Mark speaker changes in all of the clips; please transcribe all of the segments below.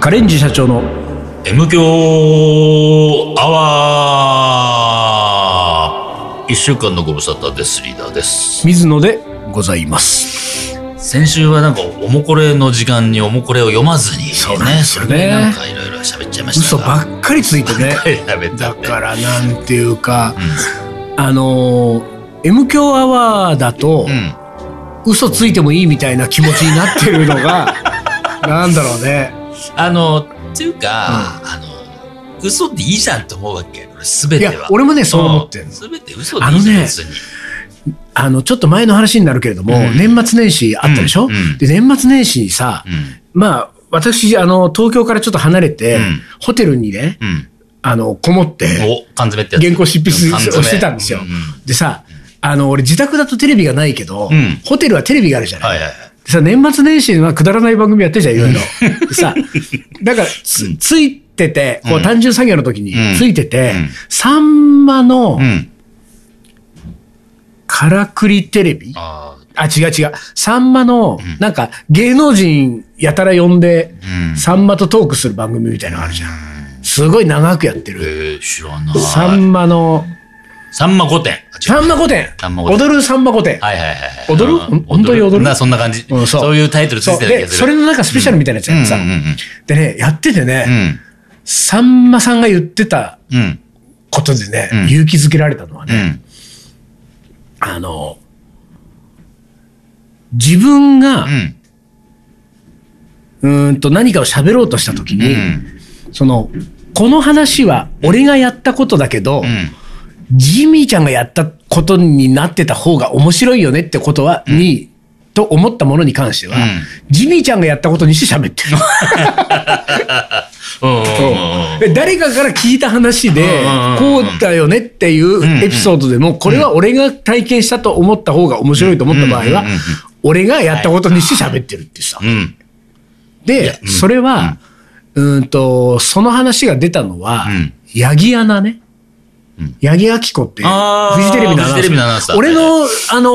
Speaker 1: カレンジ社長の
Speaker 2: M 強アワー一週間のご無沙汰です。リーダーです。
Speaker 1: 水野でございます。
Speaker 2: 先週はなんか、おもこれの時間におもこれを読まずに、ね。
Speaker 1: そうなんですよね
Speaker 2: それでなんかいろいろ喋っちゃいました
Speaker 1: 嘘
Speaker 2: が。
Speaker 1: ばっかりついて ね。
Speaker 2: 喋った
Speaker 1: だ
Speaker 2: ね
Speaker 1: からなんていうか、
Speaker 2: う
Speaker 1: あのー M 強アワーだと、
Speaker 2: ん。うん。
Speaker 1: 嘘ついてもいいみたいな気持ちになってるの が、なんだろうね。
Speaker 2: あの、っていうか、あの、嘘っていいじゃんと思うわけ。俺すべ
Speaker 1: い
Speaker 2: て
Speaker 1: や
Speaker 2: は。、
Speaker 1: 俺もね、そう思ってるの。
Speaker 2: すべて嘘でいいじゃ
Speaker 1: あの
Speaker 2: ん、
Speaker 1: ね
Speaker 2: 別に。
Speaker 1: あの、ちょっと前の話になるけれども、
Speaker 2: うん
Speaker 1: 年末年始あったでしょ、
Speaker 2: うんうん
Speaker 1: で、年末年始さ、
Speaker 2: うん。
Speaker 1: まあ、私、あの、東京からちょっと離れて、
Speaker 2: うん
Speaker 1: ホテルにね、
Speaker 2: うん。
Speaker 1: あの、こもって、
Speaker 2: お、缶詰ってやつ。
Speaker 1: 原稿執筆
Speaker 2: 缶詰
Speaker 1: をしてたんですよ。
Speaker 2: うう
Speaker 1: でさ、あの、俺自宅だとテレビがないけど、
Speaker 2: うん
Speaker 1: ホテルはテレビがあるじゃない。
Speaker 2: はいはいはい。
Speaker 1: でさ、年末年始はくだらない番組やってるじゃん、いろいろ。で さ、だから、
Speaker 2: う
Speaker 1: つ、
Speaker 2: ん
Speaker 1: ついてて、こ
Speaker 2: う
Speaker 1: う、
Speaker 2: ん
Speaker 1: 単純作業の時に
Speaker 2: うん
Speaker 1: ついてて
Speaker 2: うん、
Speaker 1: サンマの
Speaker 2: うん。
Speaker 1: からくりテレビ
Speaker 2: ああ、
Speaker 1: あ、違う違う。サンマの、なんか、芸能人やたら呼んで、
Speaker 2: うん。
Speaker 1: サンマとトークする番組みたいなのあるじゃん。すごい長くやってる。
Speaker 2: えー、知らない。
Speaker 1: サンマの、
Speaker 2: さんま御殿。あ違う
Speaker 1: サンマ御殿
Speaker 2: さんま御殿
Speaker 1: 踊るサンマ御殿
Speaker 2: はいはいはいはい。
Speaker 1: 踊る
Speaker 2: うん
Speaker 1: ほん本当に踊る
Speaker 2: な、そんな感じ。
Speaker 1: うんそう
Speaker 2: そういうタイトルつ
Speaker 1: そ
Speaker 2: いうてるや
Speaker 1: で、
Speaker 2: つ。
Speaker 1: それのなんかスペシャルみたいなやつやってさ
Speaker 2: うんうんうんうん。
Speaker 1: でね、やってて
Speaker 2: う
Speaker 1: ね、
Speaker 2: ん。
Speaker 1: さんまさんが言ってた
Speaker 2: うん。
Speaker 1: ことでね
Speaker 2: うん、
Speaker 1: 勇気づけられたのは
Speaker 2: う
Speaker 1: ね、
Speaker 2: ん。
Speaker 1: あの、自分が
Speaker 2: う、ん。
Speaker 1: うーんと何かを喋ろうとした時
Speaker 2: う
Speaker 1: に、
Speaker 2: ん。
Speaker 1: その、この話は俺がやったことだけど、ジミーちゃんがやったことになってた方が面白いよねってことは、に、と思ったものに関しては、
Speaker 2: うん
Speaker 1: ジミーちゃんがやったことにして喋ってる。
Speaker 2: うん。うん。うん。
Speaker 1: で誰かから聞いた話で
Speaker 2: うん、
Speaker 1: こうだよねっていうエピソードでも、これは俺が体験したと思った方が面白いと思った場合
Speaker 2: う
Speaker 1: は
Speaker 2: んうんうんうん、
Speaker 1: 俺がやったことにして喋ってるってさ。
Speaker 2: うん。
Speaker 1: で、それは、うーんと、その話が出たのは
Speaker 2: うん、
Speaker 1: 八木アナね
Speaker 2: うん。
Speaker 1: 八木明子っていう、
Speaker 2: あー
Speaker 1: フジテレビのアナウンサー。
Speaker 2: フジテレビのアナウンサー
Speaker 1: 俺の、あの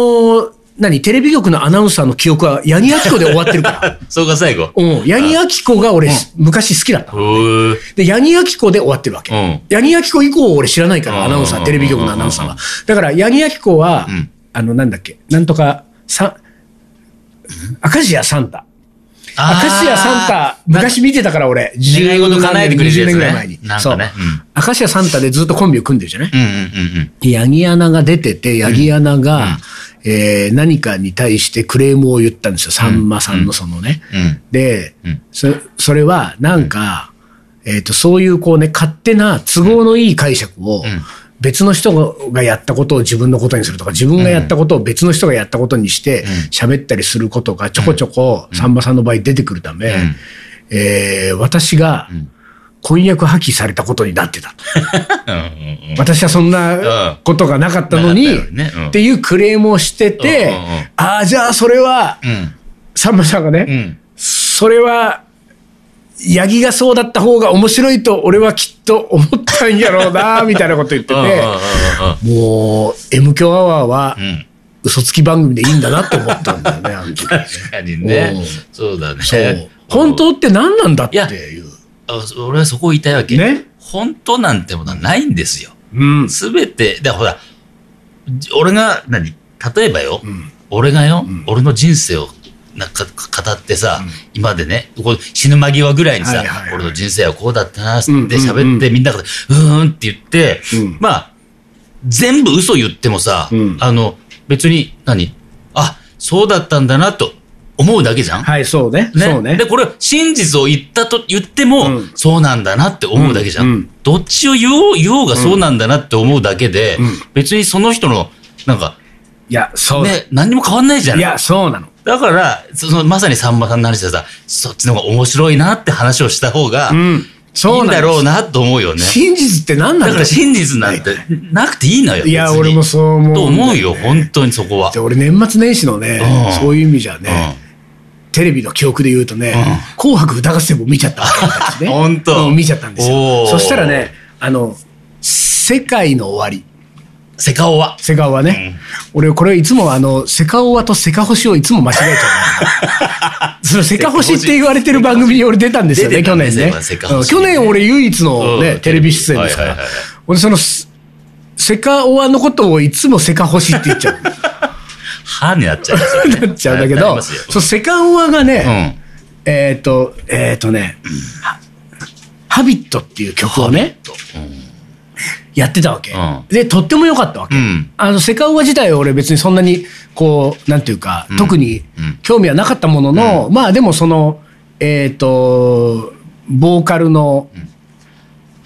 Speaker 1: ー、何、テレビ局のアナウンサーの記憶は八木明子で終わってる から。
Speaker 2: そうか、最後。
Speaker 1: うん。八木明子が俺、昔好きだった。
Speaker 2: うー
Speaker 1: で、八木明子で終わってるわけ。
Speaker 2: うん
Speaker 1: 八木明子以降俺知らないから、アナウンサ
Speaker 2: う
Speaker 1: ー、
Speaker 2: ん
Speaker 1: テレビ局のアナウンサー
Speaker 2: う
Speaker 1: は。だから、八木明子は、
Speaker 2: うん
Speaker 1: あの、なんだっけ、なんとか、さ、明石家サンタ。
Speaker 2: あー
Speaker 1: 明石家サンタ、昔見てたから俺、
Speaker 2: 願い事叶えてくれるや
Speaker 1: 20
Speaker 2: つね
Speaker 1: 年ぐらい前に。
Speaker 2: なん
Speaker 1: そう。
Speaker 2: かね
Speaker 1: 明石家サンタでずっとコンビを組んでるじゃない、
Speaker 2: うんうんうん
Speaker 1: 八木アナが出てて、八木アナが、えー何かに対してクレームを言ったんですよ。さんまさんのそのね。
Speaker 2: うん。うん。
Speaker 1: で、
Speaker 2: うん
Speaker 1: そそれはなんか、えっ、と、そういうこうね、勝手な都合のいい解釈を、
Speaker 2: ん
Speaker 1: 別の人がやったことを自分のことにするとか、自分がやったことを別の人がやったことにして、喋ったりすることがちょこちょこ、さんまさんの場合出てくるため、
Speaker 2: ん
Speaker 1: えー私が婚約破棄されたことになってたと。
Speaker 2: うんうんうん
Speaker 1: 私はそん
Speaker 2: うん
Speaker 1: なことがなかったのに、
Speaker 2: なかったよねうん
Speaker 1: っていうクレームをしてて、
Speaker 2: うんうんうん
Speaker 1: ああ、じゃあそれは、さんまさんがね、
Speaker 2: うん。うん。
Speaker 1: それは、八木がそうだった方が面白いと俺はきっと思ったんやろうな、みたいなこと言って
Speaker 2: うんうんうん
Speaker 1: て、もう、M 強アワーは
Speaker 2: うん。うん。
Speaker 1: 嘘つき番組でいいんだなと思ったんだよね、あの時。
Speaker 2: 確かにね
Speaker 1: うん。
Speaker 2: そうだね。
Speaker 1: そう。本当って何なんだっていう。
Speaker 2: あ俺はそこを言いたいわけ。
Speaker 1: ね
Speaker 2: 本当なんてものはないんですよ。
Speaker 1: うん。
Speaker 2: すべて、だからほら、じ俺が、何例えばよ、
Speaker 1: ん
Speaker 2: 俺がよ、俺の人生をなんか語ってさ、今までね、こう死ぬ間際ぐらいにさ、
Speaker 1: はいはいはい
Speaker 2: 俺の人生はこうだったなって
Speaker 1: うんうんうん
Speaker 2: 喋って、みんなが、うーんって言って、
Speaker 1: うん
Speaker 2: まあ、全部嘘言ってもさ、
Speaker 1: うん
Speaker 2: あの、別に、何あ、そうだったんだなと思うだけじゃん、
Speaker 1: はい、そうね。
Speaker 2: ね
Speaker 1: そうね
Speaker 2: で、。これ、真実を言ったと言っても、
Speaker 1: うん
Speaker 2: そうなんだなって思うだけじゃん。
Speaker 1: うんうん
Speaker 2: どっちを言おう、言おうがそうなんだなって思うだけで、
Speaker 1: うん
Speaker 2: 別にその人の、なんか、
Speaker 1: いや、そうだ。
Speaker 2: ね、何にも変わんないじゃ
Speaker 1: い
Speaker 2: ん。
Speaker 1: や、そうなの。
Speaker 2: だから、その、まさにさんまさんの話でさ、そっちの方が面白いなって話をした方が、
Speaker 1: う
Speaker 2: い
Speaker 1: ん。そ
Speaker 2: い
Speaker 1: うんな
Speaker 2: だ
Speaker 1: の。
Speaker 2: ろうなと思うよね。
Speaker 1: 真実って何なん
Speaker 2: だか
Speaker 1: だ
Speaker 2: ら真実なんて、なくていいのよ。
Speaker 1: いや、
Speaker 2: 別に
Speaker 1: 俺もそう思う。
Speaker 2: と思うよ、本当にそこは
Speaker 1: で。俺年末年始のね、
Speaker 2: うん
Speaker 1: そういう意味じゃね、テレビの記憶で言うとね、紅白歌合戦も見ちゃったわけなんですね
Speaker 2: 本当
Speaker 1: うん見ちゃったんです
Speaker 2: お
Speaker 1: よ
Speaker 2: ー
Speaker 1: そしたらねあの「世界の終わり
Speaker 2: うんセカオワ。
Speaker 1: セカオワね。俺、これいつもあの、セカオワとセカホシをいつも間違えちゃ う。そのセカホシって言われてる番組に俺出たんですよね、
Speaker 2: 出てた
Speaker 1: 去
Speaker 2: んで
Speaker 1: 年
Speaker 2: す
Speaker 1: ね
Speaker 2: よセカ。ホシ
Speaker 1: 去年俺唯一の
Speaker 2: う
Speaker 1: ね、
Speaker 2: ん
Speaker 1: テレビ出演ですか
Speaker 2: はいは
Speaker 1: ら
Speaker 2: いはいはい。
Speaker 1: 俺その、すセカオワのことをいつもセカホシって言っちゃ う。
Speaker 2: はになっちゃいますよ、ね。
Speaker 1: なっちゃうんだけ
Speaker 2: なり
Speaker 1: ど、
Speaker 2: ますよ
Speaker 1: そう、セカオワが
Speaker 2: うん。
Speaker 1: ね、えっと、えっとね、はハビットっていう曲をね、やってたわけ
Speaker 2: うん。
Speaker 1: で、とっても良かったわけ
Speaker 2: う。ん。
Speaker 1: あの、セカオワ自体は俺別にそんなに、こう、なんていうか、特に興味はなかったものの、まあでもその、えっ、と、ボーカルの、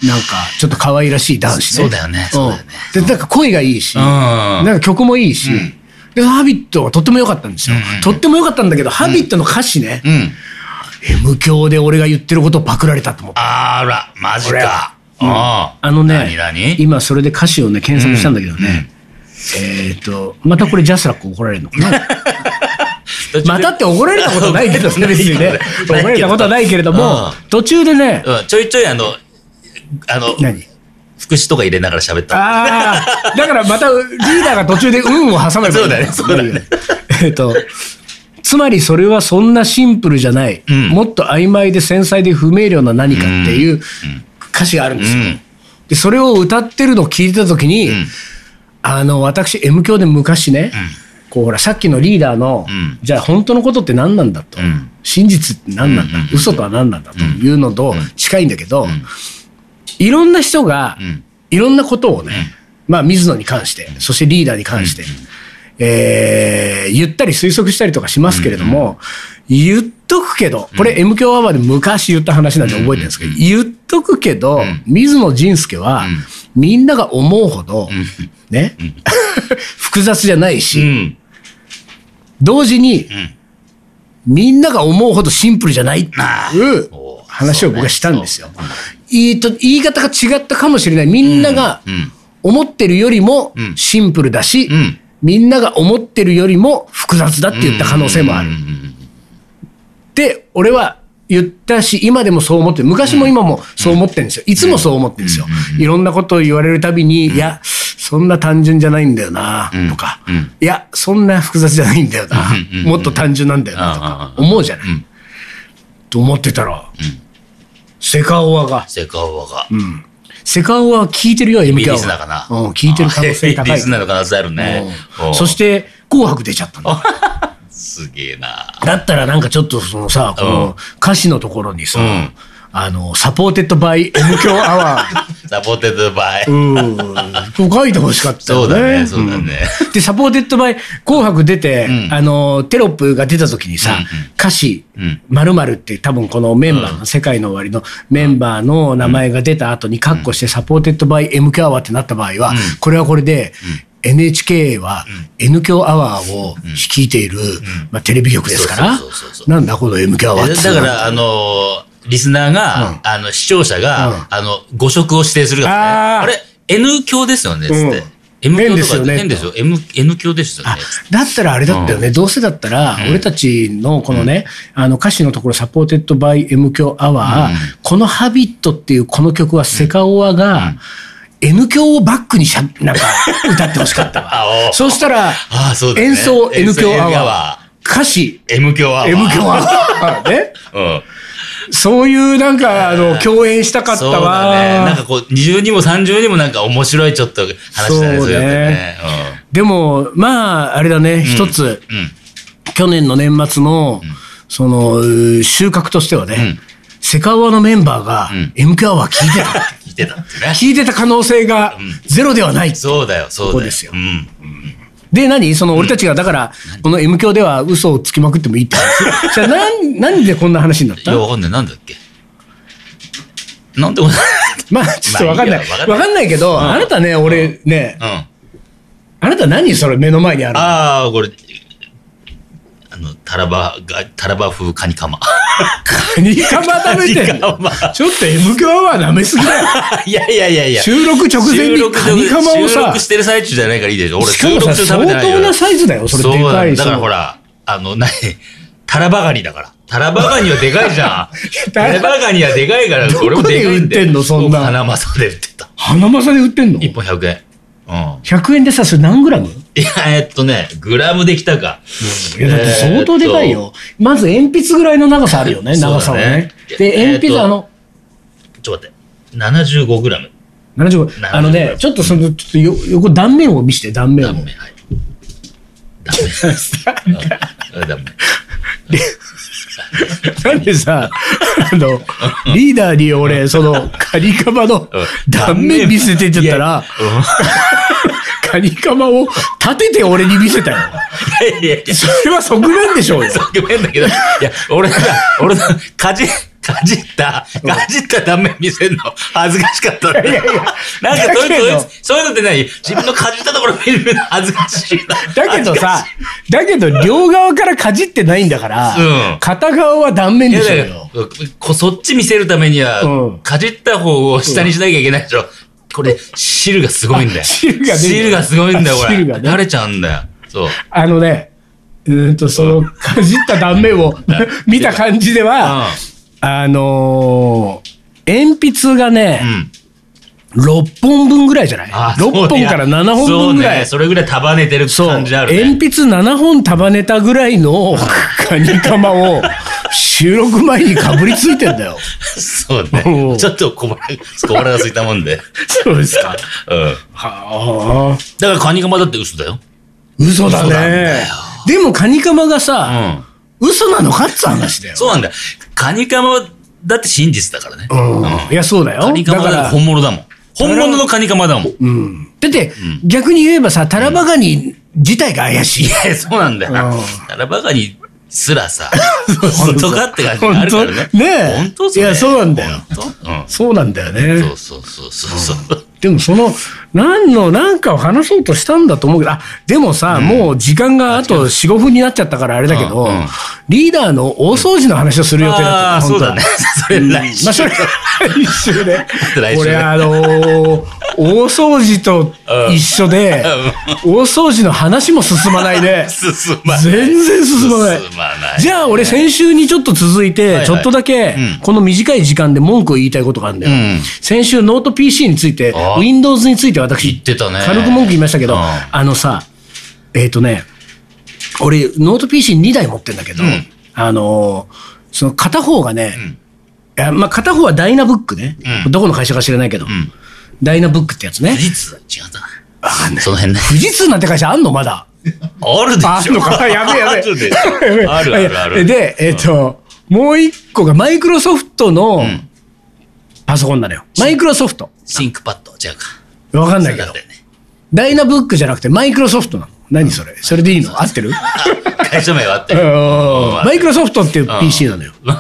Speaker 1: なんか、ちょっと可愛らしい男子ね。
Speaker 2: そうだよねそうだよね
Speaker 1: うんで、なんか声がいいし、
Speaker 2: うん
Speaker 1: なんか曲もいいし、で、ハビットはとっても良かったんですよ。とっても良かったんだけど、ハビットの歌詞ね、
Speaker 2: うん。
Speaker 1: え無教で俺が言ってることをパクられたと思った。
Speaker 2: あら、マジ
Speaker 1: 俺
Speaker 2: か
Speaker 1: は。
Speaker 2: あ
Speaker 1: あのね
Speaker 2: 何、何
Speaker 1: 今それで歌詞をね、検索したんだけどね、えっ、と、またこれジャスラック怒られるのかな またって怒られたこと ないけどね、別にね。怒られたことはないけれども
Speaker 2: う、
Speaker 1: 途中でね、
Speaker 2: うんちょいちょいあの、あの、
Speaker 1: 何
Speaker 2: 副詞とか入れながら喋った。
Speaker 1: ああ、だからまたリーダーが途中で運を挟めばいい
Speaker 2: そうだねそうだね。
Speaker 1: えっと、つまりそれはそんなシンプルじゃない、
Speaker 2: ん
Speaker 1: もっと曖昧で繊細で不明瞭な何かっていう歌詞があるんですよ。
Speaker 2: うん
Speaker 1: で、それを歌ってるのを聞いてたときに、
Speaker 2: ん
Speaker 1: あの、私、M 教で昔ね、こうほら、さっきのリーダーの、
Speaker 2: うん
Speaker 1: じゃあ本当のことって何なんだと、
Speaker 2: うん
Speaker 1: 真実って何なんだ、
Speaker 2: うんうんうん
Speaker 1: 嘘とは何なんだというのと近いんだけど、いろんな人が、
Speaker 2: ん
Speaker 1: いろんなことをね、まあ、水野に関して、そしてリーダーに関して、えー言ったり推測したりとかしますけれども、言っとくけど、これ M 響アワーで昔言った話なんで覚えてるんですけど、言っとくけど、水野仁介は、みんなが思うほど、ね、 複雑じゃないし、
Speaker 2: うん。
Speaker 1: 同時に、
Speaker 2: ん
Speaker 1: みんなが思うほどシンプルじゃないって
Speaker 2: あ
Speaker 1: いう
Speaker 2: ーおー
Speaker 1: 話を僕はしたんですよ。いいと言い方が違ったかもしれない。みんなが
Speaker 2: うん
Speaker 1: 思ってるよりも
Speaker 2: ん
Speaker 1: シンプルだし、
Speaker 2: ん
Speaker 1: みんなが思ってるよりも複雑だって言った可能性もある
Speaker 2: うん。うん
Speaker 1: で、俺は言ったし、今でもそう思ってる。昔も今もそう思ってるんですよ。いつもそう思ってるんですよ。いろんなことを言われるたびに、いや、そんな単純じゃないんだよな、とか、
Speaker 2: うん
Speaker 1: いや、そんな複雑じゃないんだよな、もっと単純なんだよな、とか、思うじゃない。
Speaker 2: うん
Speaker 1: と思ってたら、セカオワが、
Speaker 2: セカオワが。
Speaker 1: セカオワは聞いてるよ、MK は。
Speaker 2: リリースなのかな。
Speaker 1: うん、聞いてる可能性
Speaker 2: リ
Speaker 1: 高
Speaker 2: リー
Speaker 1: い
Speaker 2: ス。なの可能性あるね。
Speaker 1: う
Speaker 2: お
Speaker 1: ん
Speaker 2: う
Speaker 1: そして、紅白出ちゃったんだ。
Speaker 2: すげえな。
Speaker 1: だったらなんかちょっとそのさ、この歌詞のところにさ、
Speaker 2: うん
Speaker 1: あの、サポーテッドバイ M 強アワー。
Speaker 2: サポーテッドバイ。
Speaker 1: うん。こう書いてほしかった
Speaker 2: そ
Speaker 1: よ
Speaker 2: う
Speaker 1: ね。
Speaker 2: だね、そうだね。
Speaker 1: うんで、サポーテッドバイ、紅白出て、
Speaker 2: うん
Speaker 1: あの、テロップが出た時にさ、
Speaker 2: うんうん
Speaker 1: 歌詞、
Speaker 2: うん
Speaker 1: 〇〇って多分このメンバーの、世界の終わりのメンバーの名前が出た後にカッコしてサポーテッドバイ M 強アワーってなった場合は、これはこれで、NHK は N 強アワーを率いている、まあ、テレビ局ですから
Speaker 2: そうそうそうそ、う
Speaker 1: なんだこの M 強アワー
Speaker 2: え
Speaker 1: って。
Speaker 2: だから、あのー、リスナーが、
Speaker 1: うん
Speaker 2: あの、視聴者が、
Speaker 1: うん
Speaker 2: あの、誤色を指定する
Speaker 1: あー
Speaker 2: からね。あれ、N 教ですよね、つって。
Speaker 1: うん
Speaker 2: M 教とかって
Speaker 1: N ですよね
Speaker 2: 変ですよ。M、N 教ですよね。つって
Speaker 1: だったらあれだったよね、どうせだったら、俺たちのこのね、あの歌詞のところ、サポーテッドバイ M 響アワー、このハビットっていうこの曲は、セカオワが、N 響をバックにしゃ、なんか、歌ってほしかったわ
Speaker 2: あ。お
Speaker 1: そうしたら、
Speaker 2: ああそうだね
Speaker 1: 演奏 N 響ア
Speaker 2: 演奏 N 響ア
Speaker 1: ワ
Speaker 2: ワ
Speaker 1: ー、歌詞
Speaker 2: M 教は。
Speaker 1: M 響アワー、 ね、
Speaker 2: うん。
Speaker 1: そういうなんか、あの、共演したかった
Speaker 2: そう
Speaker 1: わ。
Speaker 2: だね。なんかこう、二重にも三重にもなんか面白いちょっと話だね、
Speaker 1: そうね
Speaker 2: そうやってね。
Speaker 1: でも、まあ、あれだね、一つ、
Speaker 2: うん。うん。
Speaker 1: 去年の年末の、その、うー収穫としてはね、
Speaker 2: ん
Speaker 1: セカオワのメンバーが、
Speaker 2: ん
Speaker 1: MQ アワー聞いてた。
Speaker 2: 聞いてたってね。
Speaker 1: 聞いてた可能性がゼロではない。
Speaker 2: そうだよ、そうだよ。
Speaker 1: ここですよ
Speaker 2: うん。
Speaker 1: で、何その、俺たちが、だから、この M 教では嘘をつきまくってもいいって 話。じゃあ、なん、なんでこんな話になっ
Speaker 2: い
Speaker 1: た
Speaker 2: や、わかんない。なんだっけ。なんでもない。
Speaker 1: まあ、ちょっとわかんない。
Speaker 2: まあいい
Speaker 1: わ
Speaker 2: やわかんない
Speaker 1: かんないけど、あなたね、俺ね
Speaker 2: う、ん。
Speaker 1: あなた何それ目の前にある
Speaker 2: ああ、これ、あの、タラバが、タラバ風カニカマ。
Speaker 1: カニカマ食べてんの
Speaker 2: カニカマ
Speaker 1: ちょっと M 教アワー舐めすぎだよ。
Speaker 2: いやいやいやいや。
Speaker 1: 収録直前にカニカマを
Speaker 2: 収
Speaker 1: さ
Speaker 2: 録、してる最中じゃないからいいでしょ。俺、
Speaker 1: しかもさ、
Speaker 2: 収録中
Speaker 1: 相
Speaker 2: 食べてない
Speaker 1: 当なサイズだよ、それでか
Speaker 2: だ
Speaker 1: い。
Speaker 2: だからほら、あの、なに、タラバガニだから。タラバガニはでかいじゃ ん。タラバガニはでかいから、
Speaker 1: どこで
Speaker 2: 俺もでかい
Speaker 1: 売ってんのそんな
Speaker 2: 花正で売ってた。
Speaker 1: 花正で売ってんの
Speaker 2: 一本100円。うん。
Speaker 1: 100円でさ、それ何グラム
Speaker 2: いや、えっとね、グラムできたか。
Speaker 1: いや、だって相当でかいよ。まず鉛筆ぐらいの長さあるよね、
Speaker 2: そうだね
Speaker 1: 長さはね。
Speaker 2: え
Speaker 1: で、
Speaker 2: ーっと
Speaker 1: 鉛筆、あの、
Speaker 2: ちょっと待って。75グラム。
Speaker 1: 75、あの
Speaker 2: 75
Speaker 1: ね、ちょっとその、ちょっとよ横断面を見せて、断面を
Speaker 2: ダ。メ、はい。ダメ。うんダメ。
Speaker 1: なんでさ、あの、リーダーに俺、その、カニカマの断面見せてって言ったら、カニカマを立てて俺に見せたよ。
Speaker 2: いやいやいや、
Speaker 1: それは側面でしょうよ。
Speaker 2: ごめんだけど、いや、俺が、俺が、かじ、かじった、かじった断面見せんの、恥ずかしかったんだ
Speaker 1: いやいや
Speaker 2: なんか、そ
Speaker 1: だ
Speaker 2: う
Speaker 1: け
Speaker 2: いう
Speaker 1: ど
Speaker 2: の、そういうのって何自分のかじったところ見るの恥ずかしいな。
Speaker 1: だけどさ、だけど両側からかじってないんだから、
Speaker 2: うん
Speaker 1: 片側は断面
Speaker 2: 恥
Speaker 1: で
Speaker 2: ず
Speaker 1: しょ
Speaker 2: かしい、いうやだ
Speaker 1: よ。
Speaker 2: からこそっち見せるためには、
Speaker 1: うん
Speaker 2: かじった方を下にしなきゃいけないでしょ。これ、汁がすごいんだよ。
Speaker 1: あ汁が出る
Speaker 2: 汁がすごいんだよ、これ。
Speaker 1: 汁がね
Speaker 2: 慣れちゃうんだよ。そう。
Speaker 1: あのね、うーんと、その、かじった断面 を見た感じでは、あのー鉛筆が
Speaker 2: う
Speaker 1: ね、
Speaker 2: ん。
Speaker 1: 6本分ぐらいじゃない
Speaker 2: あ
Speaker 1: ?6 本から7本分ぐらい。
Speaker 2: そうね、それぐらい束ねてる
Speaker 1: そう、
Speaker 2: 感じあるね。
Speaker 1: 鉛筆7本束ねたぐらい のカニカマを収録前にかぶりついてんだ よ。
Speaker 2: そう
Speaker 1: う
Speaker 2: ね。
Speaker 1: ん
Speaker 2: ちょっと小腹、 小腹が空いたもんで。
Speaker 1: そうですか。
Speaker 2: うん。
Speaker 1: はあ。
Speaker 2: だからカニカマだって嘘だよ。
Speaker 1: 嘘だ
Speaker 2: 嘘なんだ
Speaker 1: ね
Speaker 2: よ。
Speaker 1: でもカニカマが
Speaker 2: う
Speaker 1: さ、
Speaker 2: ん。
Speaker 1: 嘘なのかって話だよ。
Speaker 2: そうなんだよ。カニカマだって真実だからね。
Speaker 1: うん。いや、そうだよ。
Speaker 2: カニカ
Speaker 1: だ
Speaker 2: マだって
Speaker 1: から、
Speaker 2: 本物だもん。本物のカニカマだもん。い
Speaker 1: うん。だって、逆に言えばさ、タラバガニ自体が怪しい。
Speaker 2: や、そうなんだよな
Speaker 1: うん。
Speaker 2: タラバガニすらさ、本当かって感じがあるからね
Speaker 1: 本。当ねえ
Speaker 2: 本当それ
Speaker 1: いやそうなんだよ
Speaker 2: 本当うん。
Speaker 1: そうなんだよ
Speaker 2: そ
Speaker 1: ね。
Speaker 2: うそうそうそうそう。
Speaker 1: でもその、何の、なんかを話そうとしたんだと思うけど、あ、でもさ、もう時間があと4、5分になっちゃったからあれだけど、
Speaker 2: うんうん
Speaker 1: リーダーの大掃除の話をする予定
Speaker 2: あ
Speaker 1: だ
Speaker 2: あ、
Speaker 1: った。
Speaker 2: そうだね。それ来週
Speaker 1: まあ、 それは 一緒で
Speaker 2: と来週ね。
Speaker 1: 俺、あのー大掃除と一緒で、大掃除の話も進まない で、
Speaker 2: 進まない。
Speaker 1: 全然進まない。
Speaker 2: 進まない
Speaker 1: じゃあ、俺、先週にちょっと続い
Speaker 2: は
Speaker 1: て
Speaker 2: い、
Speaker 1: ちょっとだけ
Speaker 2: うん、
Speaker 1: この短い時間で文句を言いたいことがあるんだよ。
Speaker 2: うん
Speaker 1: 先週、ノート PC について
Speaker 2: あ、
Speaker 1: Windows について私、
Speaker 2: 言ってたね
Speaker 1: 軽く文句言いましたけど、
Speaker 2: うん
Speaker 1: あのさ、えっ、とね、俺、ノート PC2 台持ってんだけど、
Speaker 2: うん
Speaker 1: あのーその片方がね、
Speaker 2: ん
Speaker 1: いやまあ、片方はダイナブックね、
Speaker 2: うん
Speaker 1: どこの会社か知らないけど、
Speaker 2: ん
Speaker 1: ダイナブックってやつね
Speaker 2: 富。士通だ違ったな。その辺ね。
Speaker 1: 富士通なんて会社あんのまだ。
Speaker 2: あるでしょ。
Speaker 1: あんのかやべえやべえ
Speaker 2: あるでし
Speaker 1: やべえ
Speaker 2: ょ。あるあるある。
Speaker 1: で、えっ、と、もう一個がマイクロソフトの
Speaker 2: ん
Speaker 1: パソコンなのよ。マイクロソフト。
Speaker 2: シンクパッド、違うか。
Speaker 1: わかんないけど
Speaker 2: そうだ。よね
Speaker 1: ダイナブックじゃなくてマイクロソフトなの。何それそれでいいの合ってる
Speaker 2: 会社名はあって
Speaker 1: うん
Speaker 2: る。
Speaker 1: マイクロソフトっていう PC なのよ。
Speaker 2: うん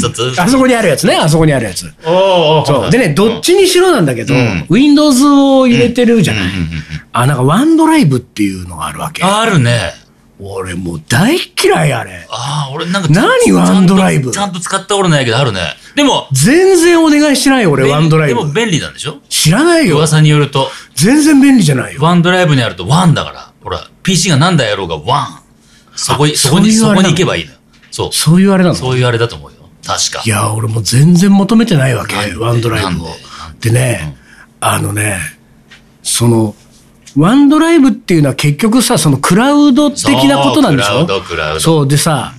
Speaker 2: ちょっと、
Speaker 1: あそこにあるやつね。あそこにあるやつ。
Speaker 2: おーおー
Speaker 1: そう。でね、どっちにしろなんだけど、
Speaker 2: うん
Speaker 1: Windows を入れてるじゃない。
Speaker 2: うんうんうんうん
Speaker 1: あ、なんかワンドライブっていうのがあるわけ。
Speaker 2: あるね。
Speaker 1: 俺もう大嫌いあれ。
Speaker 2: ああ、俺なんか。
Speaker 1: 何ワンドライブ
Speaker 2: ちゃんとちゃんと使ったことないけど、あるね。でも、
Speaker 1: 全然お願いしてないよ俺、
Speaker 2: 便
Speaker 1: ワンドライ
Speaker 2: でも
Speaker 1: ブ。
Speaker 2: 便利なんでしょ
Speaker 1: 知らないよ。
Speaker 2: 噂によると、
Speaker 1: 全然便利じゃないよ。
Speaker 2: ワンドライブにあるとワンだから、ほら、PC が何台やろうがワン。そこに、
Speaker 1: あ
Speaker 2: そこに、そ
Speaker 1: そういうあ
Speaker 2: こ
Speaker 1: れなの
Speaker 2: に行けばいいのよ。そう。
Speaker 1: そういうあれなの
Speaker 2: そういうあれだと思うよ。確か。
Speaker 1: いや、俺もう全然求めてないわけ
Speaker 2: なんで、
Speaker 1: ワンドライブを
Speaker 2: なん。で
Speaker 1: でね、あのね、その、ワンドライブっていうのは結局さ、そのクラウド的なことなんでしょ
Speaker 2: そうクラウドクラウド
Speaker 1: そう、でさ、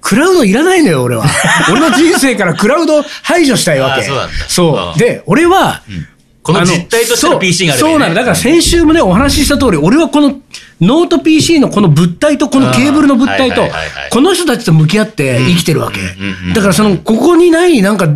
Speaker 1: クラウドいらないのよ、俺は。俺の人生からクラウド排除したいわ
Speaker 2: あ
Speaker 1: け。
Speaker 2: ーそうなんだ
Speaker 1: そうう。
Speaker 2: ん
Speaker 1: で、俺は、
Speaker 2: この
Speaker 1: あ
Speaker 2: 実態としての PC があればいい
Speaker 1: そうそ
Speaker 2: ね
Speaker 1: うなの。だから先週もね、お話しした通り、俺はこのノート PC のこの物体と、このケーブルの物体と
Speaker 2: うんはいはいはいはい、
Speaker 1: この人たちと向き合って生きてるわけ
Speaker 2: うんうんうんうん。
Speaker 1: だからその、ここにない、なんか、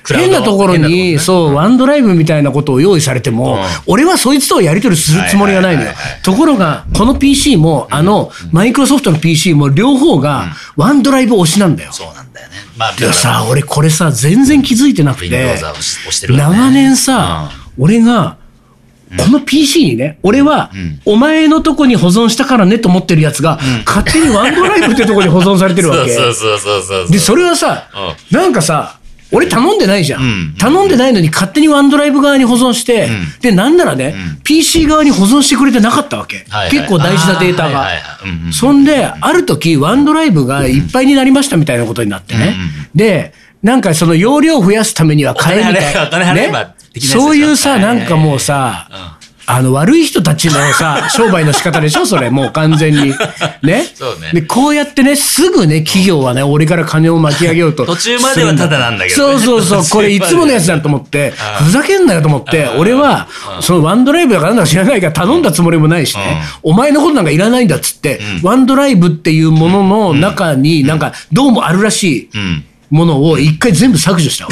Speaker 2: クラウド
Speaker 1: 変なところ
Speaker 2: 変なところ
Speaker 1: に、
Speaker 2: ね
Speaker 1: そう、ワンドライブみたいなことを用意されても、
Speaker 2: うん
Speaker 1: 俺はそいつとはやり取りするつもりがないの
Speaker 2: は
Speaker 1: よ
Speaker 2: いはいはいは。
Speaker 1: ところが、この PC も、あの、マイクロソフトの PC も、両方が、ワンドライブ推しなんだよ。
Speaker 2: そうなんだよね。まあ、
Speaker 1: でさ、
Speaker 2: 俺、
Speaker 1: 俺これさ、全然気づいてなくて。
Speaker 2: Windows は押し押してるからね
Speaker 1: 長年さ、俺が、この PC にね、俺は、お前のとこに保存したからねと思ってるやつが、勝手にワンドライブってとこに保存されてるわけ。
Speaker 2: そうそうそうそうそう。
Speaker 1: で、それはさ、なんかさ、俺頼んでないじゃん,、
Speaker 2: ん
Speaker 1: 頼んでないのに勝手にワンドライブ側に保存して、で、なんならね、PC 側に保存してくれてなかったわけ。
Speaker 2: はいはい
Speaker 1: 結構大事なデータが。
Speaker 2: あーはいはいはいうんうん
Speaker 1: そんで、ある時、ワンドライブがいっぱいになりましたみたいなことになってね。で、なんかその容量を増やすためには買えみたい
Speaker 2: お金払えお金払えば
Speaker 1: な。
Speaker 2: できないですよ
Speaker 1: そういうさ、
Speaker 2: はい
Speaker 1: なんかもうさ、
Speaker 2: うん
Speaker 1: あの、悪い人たちの さ、商売の仕方でしょそれ、もう完全に。ね。
Speaker 2: そうね
Speaker 1: で、こうやってね、すぐね、企業はね、俺から金を巻き上げようと。
Speaker 2: 途中まではタダなんだけどね
Speaker 1: そうそうそう、これい
Speaker 2: 途中
Speaker 1: つも
Speaker 2: までは
Speaker 1: のやつだと思って、ふざけんなよと思って、俺は、そのワンドライブだからなんだか知らないから頼んだつもりもないしね、お前のことなんかいらないんだっつって、ワンドライブっていうものの中に、なんか、どうもあるらしい
Speaker 2: うん。
Speaker 1: ものを一回全部削除したわ。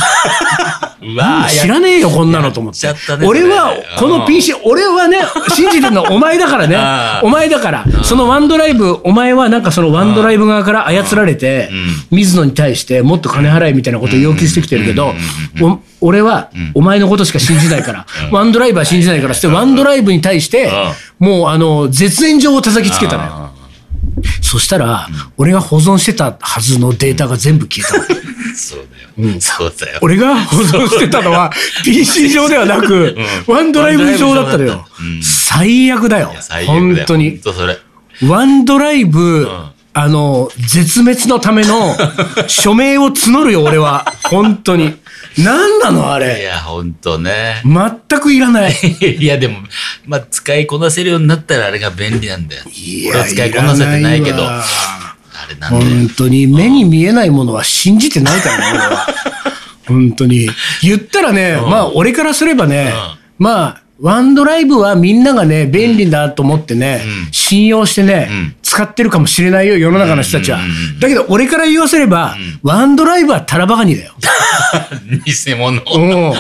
Speaker 2: うわー
Speaker 1: 知らねえよ、こんなのと思って。
Speaker 2: やっちゃったね
Speaker 1: 俺は
Speaker 2: それ、
Speaker 1: この PC、俺はね、信じてる のはお前だからね
Speaker 2: あ。ー
Speaker 1: お前だから。そのワンドライブ、お前はなんかそのワンドライブ側から操られて、水野に対してもっと金払えみたいなことを要求してきてるけど、お俺はお前のことしか信じないから、ワンドライブは信じないからっつって、ワンドライブに対して、もうあの、絶縁状を叩きつけたのよ。そしたら、俺が保存してたはずのデータが全部消えたの。
Speaker 2: そうだよ。そうだよ。
Speaker 1: 俺が保存してたの は PC 上ではなく、ワンドライブ上だったの
Speaker 2: ワンドライブ上だ
Speaker 1: よ
Speaker 2: ったう。ん
Speaker 1: 最悪だよ
Speaker 2: いや最。悪だよ
Speaker 1: 本当
Speaker 2: 本
Speaker 1: に。
Speaker 2: 当それ。
Speaker 1: ワンドライブ
Speaker 2: ん、
Speaker 1: あの、絶滅のため の署名を募るよ、俺は。本当に。何なの、あ
Speaker 2: い
Speaker 1: れ。
Speaker 2: や、本当ね。
Speaker 1: 全くいらない。
Speaker 2: いや、でも、まあ、使いこなせるようになったらあれが便利なんだよ。
Speaker 1: い
Speaker 2: 俺は使いこなせてないけど、
Speaker 1: らわ
Speaker 2: あれなんだよ。
Speaker 1: 本当に、目に見えないものは信じてないからね、俺は。本当に。言ったらね、まあ、俺からすればね、まあ、ワンドライブはみんながね、便利だと思ってね、信用してね、
Speaker 2: ん
Speaker 1: 使ってるかもしれないよ、世の中の人たちは。だけど、俺から言わせれば、ワンドライブはタラバガニだよ。
Speaker 2: 偽物。
Speaker 1: うん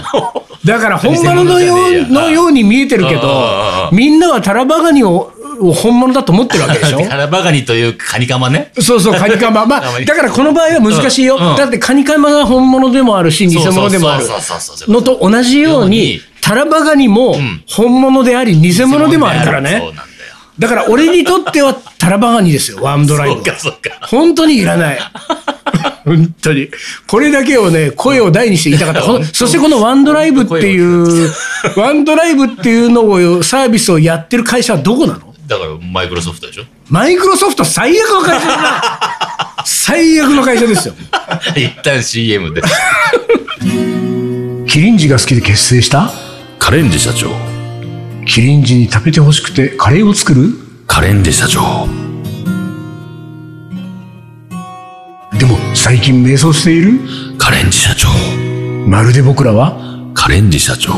Speaker 1: だから本物のよ
Speaker 2: 偽物じゃね
Speaker 1: う
Speaker 2: えよ
Speaker 1: のように見えてるけ
Speaker 2: ああああ
Speaker 1: ど、みんなはタラバガニをを本物だと思ってるわけで しょ
Speaker 2: 腹ばかりというカニカマね。
Speaker 1: そう そう、カニカマ。ま
Speaker 2: カ
Speaker 1: あ、
Speaker 2: ニ
Speaker 1: だからこの場合は難しいよ。
Speaker 2: うんうん
Speaker 1: だってカニカマが本物でもあるし、偽物でもある
Speaker 2: そうそうそうそうそうそう
Speaker 1: のと同じよう
Speaker 2: よう
Speaker 1: に
Speaker 2: に、
Speaker 1: タラバガニも
Speaker 2: ん
Speaker 1: 本物であり、偽物でもあるから
Speaker 2: そう
Speaker 1: ね。
Speaker 2: なんだよ。
Speaker 1: だから俺にとってはタラバガニですよ、ワンドライ
Speaker 2: そう
Speaker 1: ブ
Speaker 2: か、
Speaker 1: は。
Speaker 2: そうか。
Speaker 1: 本当にいらない。本当に。これだけをね、声を大にして言いたかった。このそしてこのワンドライブっていう、ワンドライブっていうのを、サービスをやってる会社はどこなの
Speaker 2: だから、マイクロソフトでしょ
Speaker 1: マイクロソフト最悪の会社だな最悪の会社ですよ。
Speaker 2: 一旦 CM で。
Speaker 1: キリンジが好きで結成した
Speaker 3: カレンジ社長
Speaker 1: キリンジに食べてほしくてカレーを作る
Speaker 3: カレンジ社長
Speaker 1: でも最近迷走している
Speaker 3: カレンジ社長
Speaker 1: まるで僕らは
Speaker 3: カレンジ社長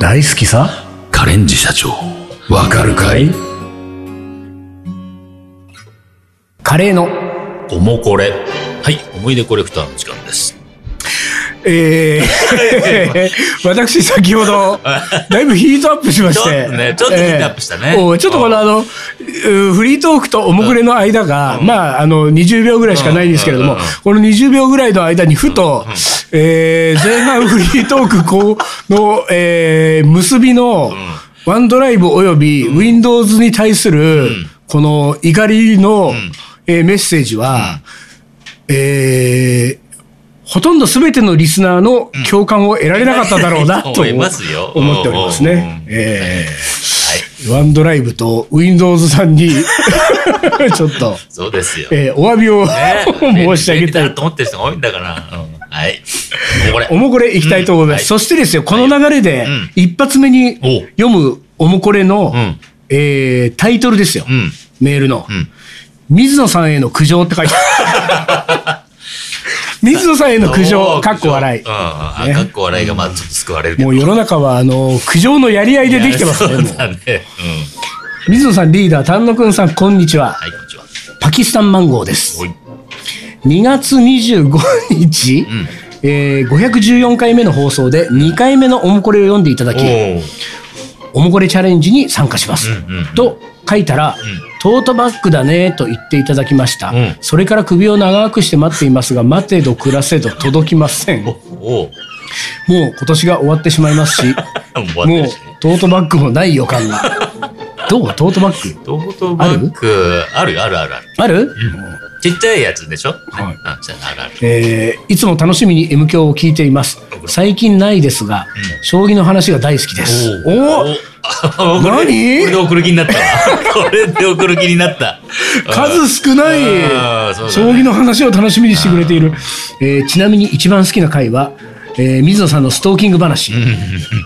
Speaker 1: 大好きさ
Speaker 3: カレンジ社長わかるかい
Speaker 1: カレーの
Speaker 2: おもこれ。はい、思い出コレクターの時間です。
Speaker 1: えー、私先ほどだいぶヒートアップしまして
Speaker 2: ちょっとねちょっとヒートアップしたね
Speaker 1: えーおうちょっとこのあのうフリートークとおもぐれの間が、まああの20秒ぐらいしかないんですけれども、
Speaker 2: うんうんうん
Speaker 1: この20秒ぐらいの間にふと、えー前半フリートークこうの、えー結びの、ワンドライブおよび Windows に対する、この怒りの、えーメッセージは、えーほとんど全てのリスナーの共感を得られなかっただろうな、
Speaker 2: うん
Speaker 1: と
Speaker 2: 思いますよ
Speaker 1: 思っております
Speaker 2: うんうんうん
Speaker 1: ね。えーワンドライブと Windows さんに、 ちょっと、
Speaker 2: そうで すよ。
Speaker 1: えーお詫びを、
Speaker 2: ね
Speaker 1: 申し上げた
Speaker 2: 便利だ
Speaker 1: い。
Speaker 2: と思ってる人が多いんだから。うんはい。おもこれ。
Speaker 1: おもこれいきたいと思います。
Speaker 2: うん
Speaker 1: そしてですよ、この流れで
Speaker 2: うん、
Speaker 1: 一発目に
Speaker 2: お
Speaker 1: 読むおもこれの、
Speaker 2: うん
Speaker 1: えータイトルですよ。
Speaker 2: うん。
Speaker 1: メールの、
Speaker 2: ん
Speaker 1: 水野さんへの苦情って書いてあ る。水野さんへの苦
Speaker 2: お
Speaker 1: 情、
Speaker 2: ー
Speaker 1: かっこ笑い
Speaker 2: うん。うん。あ
Speaker 1: ね
Speaker 2: かっこ笑いが、まあ、ちょっと救われるけど
Speaker 1: もう世の中は、あの、苦情のやり合いでできてますね。
Speaker 2: そう
Speaker 1: もう
Speaker 2: だね。うん。
Speaker 1: 水野さんリーダー、丹野くんさん、こんにちは。
Speaker 2: はい、こんにちは。
Speaker 1: パキスタンマンゴーです。
Speaker 2: おい。
Speaker 1: 2月25日、えー514回目の放送で2回目のおもこれを読んでいただ
Speaker 2: お
Speaker 1: き、おもこれチャレンジに参加します。
Speaker 2: うんうんうん
Speaker 1: と書いたら、トートバッグだねと言っていただきました、
Speaker 2: うん
Speaker 1: それから首を長くして待っていますが、待てど暮らせど届きません。もう
Speaker 2: ーおお
Speaker 1: 今年が終わってしまいますし、
Speaker 2: 終わって
Speaker 1: もう
Speaker 2: るしね。
Speaker 1: トートバッグもない予感 が。どうトートバッグ
Speaker 2: トートバッグ、あるよあるあるある。
Speaker 1: ある、
Speaker 2: ちっちゃいやつでしょ
Speaker 1: はい
Speaker 2: うんあ、じゃあ、あるある。
Speaker 1: えーいつも楽しみに M 響を聞いています。最近ないですが、将棋の話が大好きです。おお
Speaker 2: お
Speaker 1: 何
Speaker 2: これこれで送る気に なったわ。これで送る気になった。
Speaker 1: 数少ない
Speaker 2: あーそう
Speaker 1: 将
Speaker 2: だね
Speaker 1: 棋の話を楽しみにしてくれている、えーちなみに一番好きな回は、えー水野さんのストーキング話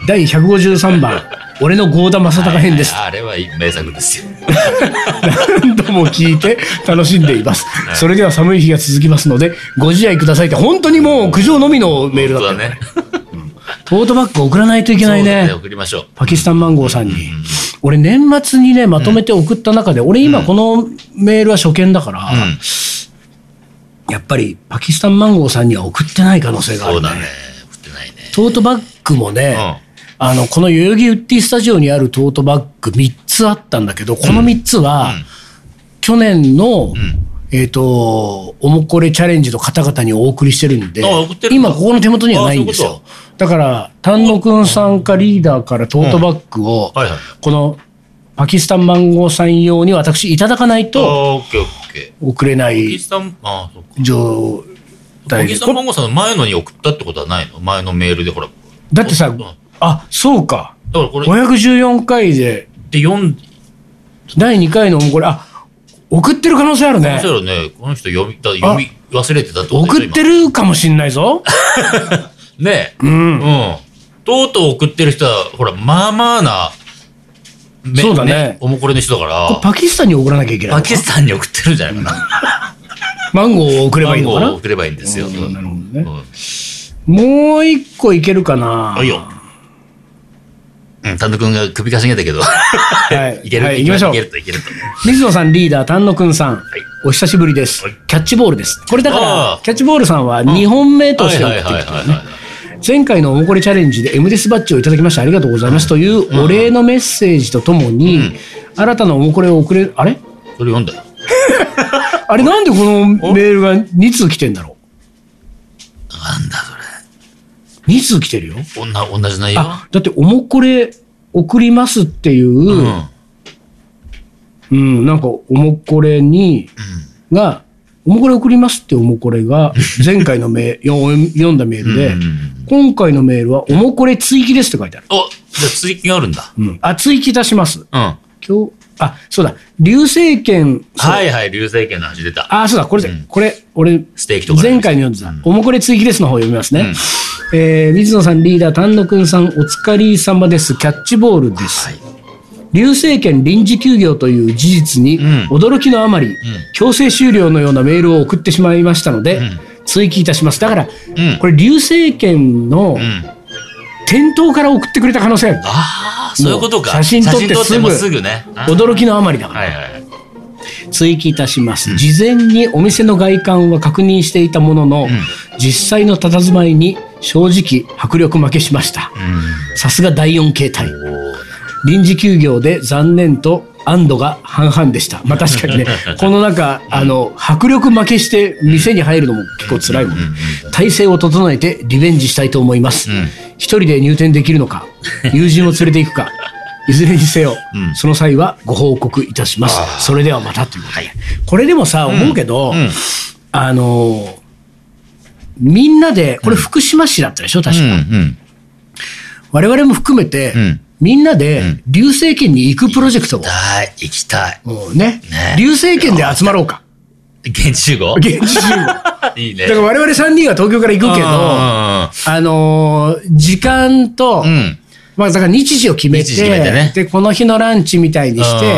Speaker 1: 第153番俺の郷田正孝編です。
Speaker 2: あれは名作ですよ。
Speaker 1: 何度も聞いて楽しんでいます。それでは寒い日が続きますので、ご自愛くださいって、本当にもう苦情のみのメールだった
Speaker 2: だ
Speaker 1: よね。
Speaker 2: ね。
Speaker 1: トートバッグ送らないといけない
Speaker 2: そうだ
Speaker 1: ね
Speaker 2: ね。送りましょう。
Speaker 1: パキスタンマンゴーさんに。俺年末にね、まとめて送った中で、俺今このメールは初見だから、
Speaker 2: うん。
Speaker 1: やっぱりパキスタンマンゴーさんには送ってない可能性があ
Speaker 2: そ
Speaker 1: る
Speaker 2: う
Speaker 1: ね。
Speaker 2: だね。送ってないね。
Speaker 1: トートバッグもね、
Speaker 2: う
Speaker 1: あの、この代々木ウッディスタジオにあるトートバッグ3つあったんだけど、この3つは、
Speaker 2: うん
Speaker 1: 去年の、
Speaker 2: ん
Speaker 1: えっ、と、おもこれチャレンジの方々にお送りしてるんで
Speaker 2: あ送って、るんだ
Speaker 1: 今ここの手元にはないんです
Speaker 2: あそうい
Speaker 1: よ
Speaker 2: うこ。
Speaker 1: だから、丹野くんさんかリーダーからトートバッグを、
Speaker 2: はいはい。
Speaker 1: このパキスタンマンゴーさん用に私いただかない
Speaker 2: あ
Speaker 1: と
Speaker 2: あ、オッケーオッケ
Speaker 1: 送れな
Speaker 2: ー。パキ
Speaker 1: い
Speaker 2: スタン、ああ、そうか。
Speaker 1: 状
Speaker 2: パ
Speaker 1: 態
Speaker 2: キ
Speaker 1: で
Speaker 2: ス。タンマンゴーさんの前のに送ったってことはないの前のメールでほら。
Speaker 1: だってさ
Speaker 2: うんだか、
Speaker 1: あ、そうか。
Speaker 2: らこれっ
Speaker 1: 514回で、
Speaker 2: て読ん、
Speaker 1: 第2回のもこれ、あ、送ってる可能性ある
Speaker 2: 面
Speaker 1: ね。
Speaker 2: 白いよね。この人読み、だ読み忘れてたってこと
Speaker 1: 送って
Speaker 2: る
Speaker 1: るかもしんないぞ。
Speaker 2: ねえ。
Speaker 1: うん。
Speaker 2: うん。とうとう送ってる人は、ほら、まあまあな、め
Speaker 1: そうだね
Speaker 2: おもこれの人だ
Speaker 1: これ
Speaker 2: か
Speaker 1: パキスタンに送らなきゃいけ
Speaker 2: ら、
Speaker 1: ないの
Speaker 2: パ
Speaker 1: か
Speaker 2: キスタンに送ってるんじゃないかな。
Speaker 1: マンゴーを送ればいいのか
Speaker 2: 番号を
Speaker 1: な
Speaker 2: 送ればいいんですよ。
Speaker 1: うんなるほどね
Speaker 2: うん
Speaker 1: もう一個いけるかな
Speaker 2: あ、いいよ。うん、丹野くんが首かしげたけど。
Speaker 1: はい。
Speaker 2: いける、
Speaker 1: はい、行きましょう
Speaker 2: いけ。ると、いけると。
Speaker 1: 水野さんリーダー、丹野くんさん、お久しぶりです
Speaker 2: はい。
Speaker 1: キャッチボールです。これだか
Speaker 2: あ
Speaker 1: ら
Speaker 2: ー、
Speaker 1: キャッチボールさんは2本目と
Speaker 2: は
Speaker 1: し
Speaker 2: い
Speaker 1: て
Speaker 2: は
Speaker 1: 送っ
Speaker 2: い
Speaker 1: てき
Speaker 2: はい
Speaker 1: た
Speaker 2: はい
Speaker 1: ね
Speaker 2: はい。
Speaker 1: 前回のおもこりチャレンジで M デスバッジをいただきましてありがとうございますというお礼のメッセージとともに、新たなおもこりを送れる、あれ
Speaker 2: それ読んだよ。
Speaker 1: あれなんでこのメールが2通来てんだろ
Speaker 2: なんだそれ。
Speaker 1: う ?2 通来てるよ。
Speaker 2: おんな、同じ内容
Speaker 1: あ、だっておもこれ送りますっていう、
Speaker 2: う。
Speaker 1: うん、
Speaker 2: うん
Speaker 1: なんかおもこれに、
Speaker 2: ん。
Speaker 1: が、おもこれ送りますっておもこれ が、前回のメール、よ読んだメールで、
Speaker 2: うん
Speaker 1: 今回のメールは、おもこれ追記ですって書いてある。
Speaker 2: お、じゃあ追記があるんだ。
Speaker 1: うん。あ、追記出します。
Speaker 2: うん。は
Speaker 1: 今日、あ、そうだ、流星券、そう
Speaker 2: いはい、流星拳の話出た。
Speaker 1: あ、そうだ、これで、
Speaker 2: うん
Speaker 1: これ、俺、
Speaker 2: ステーキとかね
Speaker 1: 前回の読んでた、
Speaker 2: うん
Speaker 1: おもこれ追記ですの方読みますね。えー水野さんリーダー、丹野くんさん、お疲れ様です。キャッチボールです。
Speaker 2: はい。
Speaker 1: 流星権臨時休業という事実に
Speaker 2: うん
Speaker 1: 驚きのあまり、強制終了のようなメールを送ってしまいましたので、
Speaker 2: うん
Speaker 1: 追記いたしますだから、
Speaker 2: うん
Speaker 1: これ流星権の
Speaker 2: うん。
Speaker 1: 店頭から送ってくれた可能性ある
Speaker 2: ああ、そういうことか。
Speaker 1: もう写真撮って
Speaker 2: 写
Speaker 1: すぐ
Speaker 2: もうすぐね。あー
Speaker 1: 驚きのあまりだから、
Speaker 2: はいはい。
Speaker 1: 追記いたします、事前にお店の外観は確認していたものの、実際の佇まいに正直迫力負けしましたさすが第4形態
Speaker 2: うん。おー
Speaker 1: 臨時休業で残念と安堵が半々でした。まあ確かにね、この中、あの、迫力負けして店に入るのも結構辛いもんね。体制を整えてリベンジしたいと思います。
Speaker 2: ん
Speaker 1: 一人で入店できるのか、友人を連れていくか、いずれにせよ、
Speaker 2: うん
Speaker 1: その際はご報告いたします。それではまたということで。これでもさ、思うけど、
Speaker 2: うん
Speaker 1: あの、みんなで、これ福島市だったでしょ、確か。
Speaker 2: うん
Speaker 1: 我々も含めて、
Speaker 2: うん
Speaker 1: みんなで流星圏に行くプロジェクトを
Speaker 2: 行き、たい、行きたい。
Speaker 1: うんね
Speaker 2: ね
Speaker 1: 流星圏で集まろうか。
Speaker 2: 現地集合
Speaker 1: 現地集合。だか
Speaker 2: いい ね。
Speaker 1: ら我々3人は東京から行くけど、あのー時間と、
Speaker 2: うんうんうんうん。
Speaker 1: まあだから日時を決めて、
Speaker 2: 日時決めてね
Speaker 1: で、この日のランチみたいにして、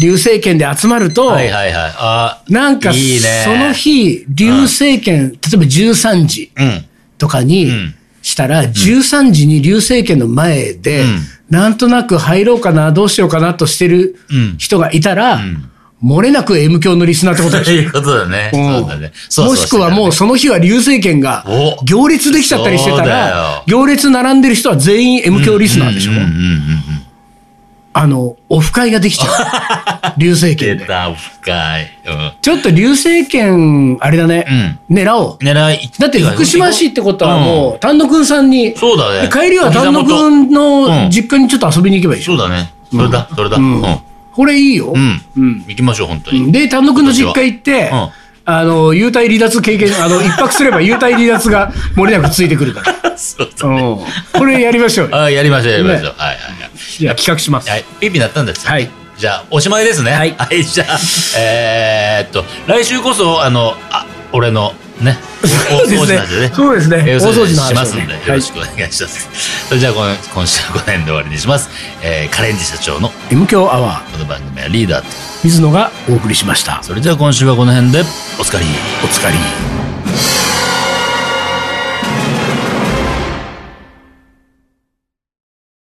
Speaker 1: 流星圏で集まると、
Speaker 2: うんはいはいはい。あー
Speaker 1: なんか
Speaker 2: いいね。
Speaker 1: その。日、流星圏、例えば13時
Speaker 2: うん。
Speaker 1: とかに、
Speaker 2: うん
Speaker 1: したら、13時に流星圏の前で、
Speaker 2: うん
Speaker 1: なんとなく入ろうかな、どうしようかなとしてる
Speaker 2: うん
Speaker 1: 人がいたら、
Speaker 2: ん
Speaker 1: 漏れなく M 教のリスナーってことで
Speaker 2: と
Speaker 1: しょ。
Speaker 2: いうことだね。
Speaker 1: うん
Speaker 2: そうだね。 そう
Speaker 1: もしくはもうその日は流星圏が
Speaker 2: お
Speaker 1: 行列できちゃったりしてたら
Speaker 2: そうだよ、
Speaker 1: 行列並んでる人は全員 M 教リスナーでしょ。
Speaker 2: うんうんうん
Speaker 1: あの、オフ会ができち ゃう。流星
Speaker 2: うん。
Speaker 1: 圏
Speaker 2: 出
Speaker 1: で。
Speaker 2: た、深い。うん。
Speaker 1: ちょっと流星圏、あれだね、狙おう。
Speaker 2: 狙い。
Speaker 1: だって福島市ってことはもう、丹野くんさんに、
Speaker 2: そうだ
Speaker 1: で
Speaker 2: ね
Speaker 1: 帰りは丹野くんの実家にちょっと遊びに行けばいいでしょ
Speaker 2: そうだね。それだ、それだ。うん。
Speaker 1: これいいよ
Speaker 2: う。ん。行きましょう、本当に。
Speaker 1: で、丹野くんの実家行って
Speaker 2: うん、
Speaker 1: あの、幽体離脱経験、あの、一泊すれば幽体離脱が漏れなくついてくるから。
Speaker 2: そうだ
Speaker 1: うんこれやりましょうよ。
Speaker 2: あやりましょう、やりましょう。はいはいはい。
Speaker 1: じゃあ企画します。
Speaker 2: はい、ピピなったんですよ
Speaker 1: はい。
Speaker 2: じゃあ、おしまいですね。
Speaker 1: はい
Speaker 2: じゃあ、えーっと、来週こそ、あの、あ、俺のね。
Speaker 1: そうですね
Speaker 2: 大掃除なんでね。
Speaker 1: そうですね
Speaker 2: えー
Speaker 1: 大掃除の話をね
Speaker 2: しますんで、よ
Speaker 1: はい
Speaker 2: ろしくお願いします。それじゃあ、この今週はこの辺で終わりにします。えー、カレンジ社長の
Speaker 1: M 強アワー
Speaker 2: この番組はリーダーと。
Speaker 1: 水野がお送りしました
Speaker 2: それでは今週はこの辺で、おつかり。
Speaker 1: お疲れ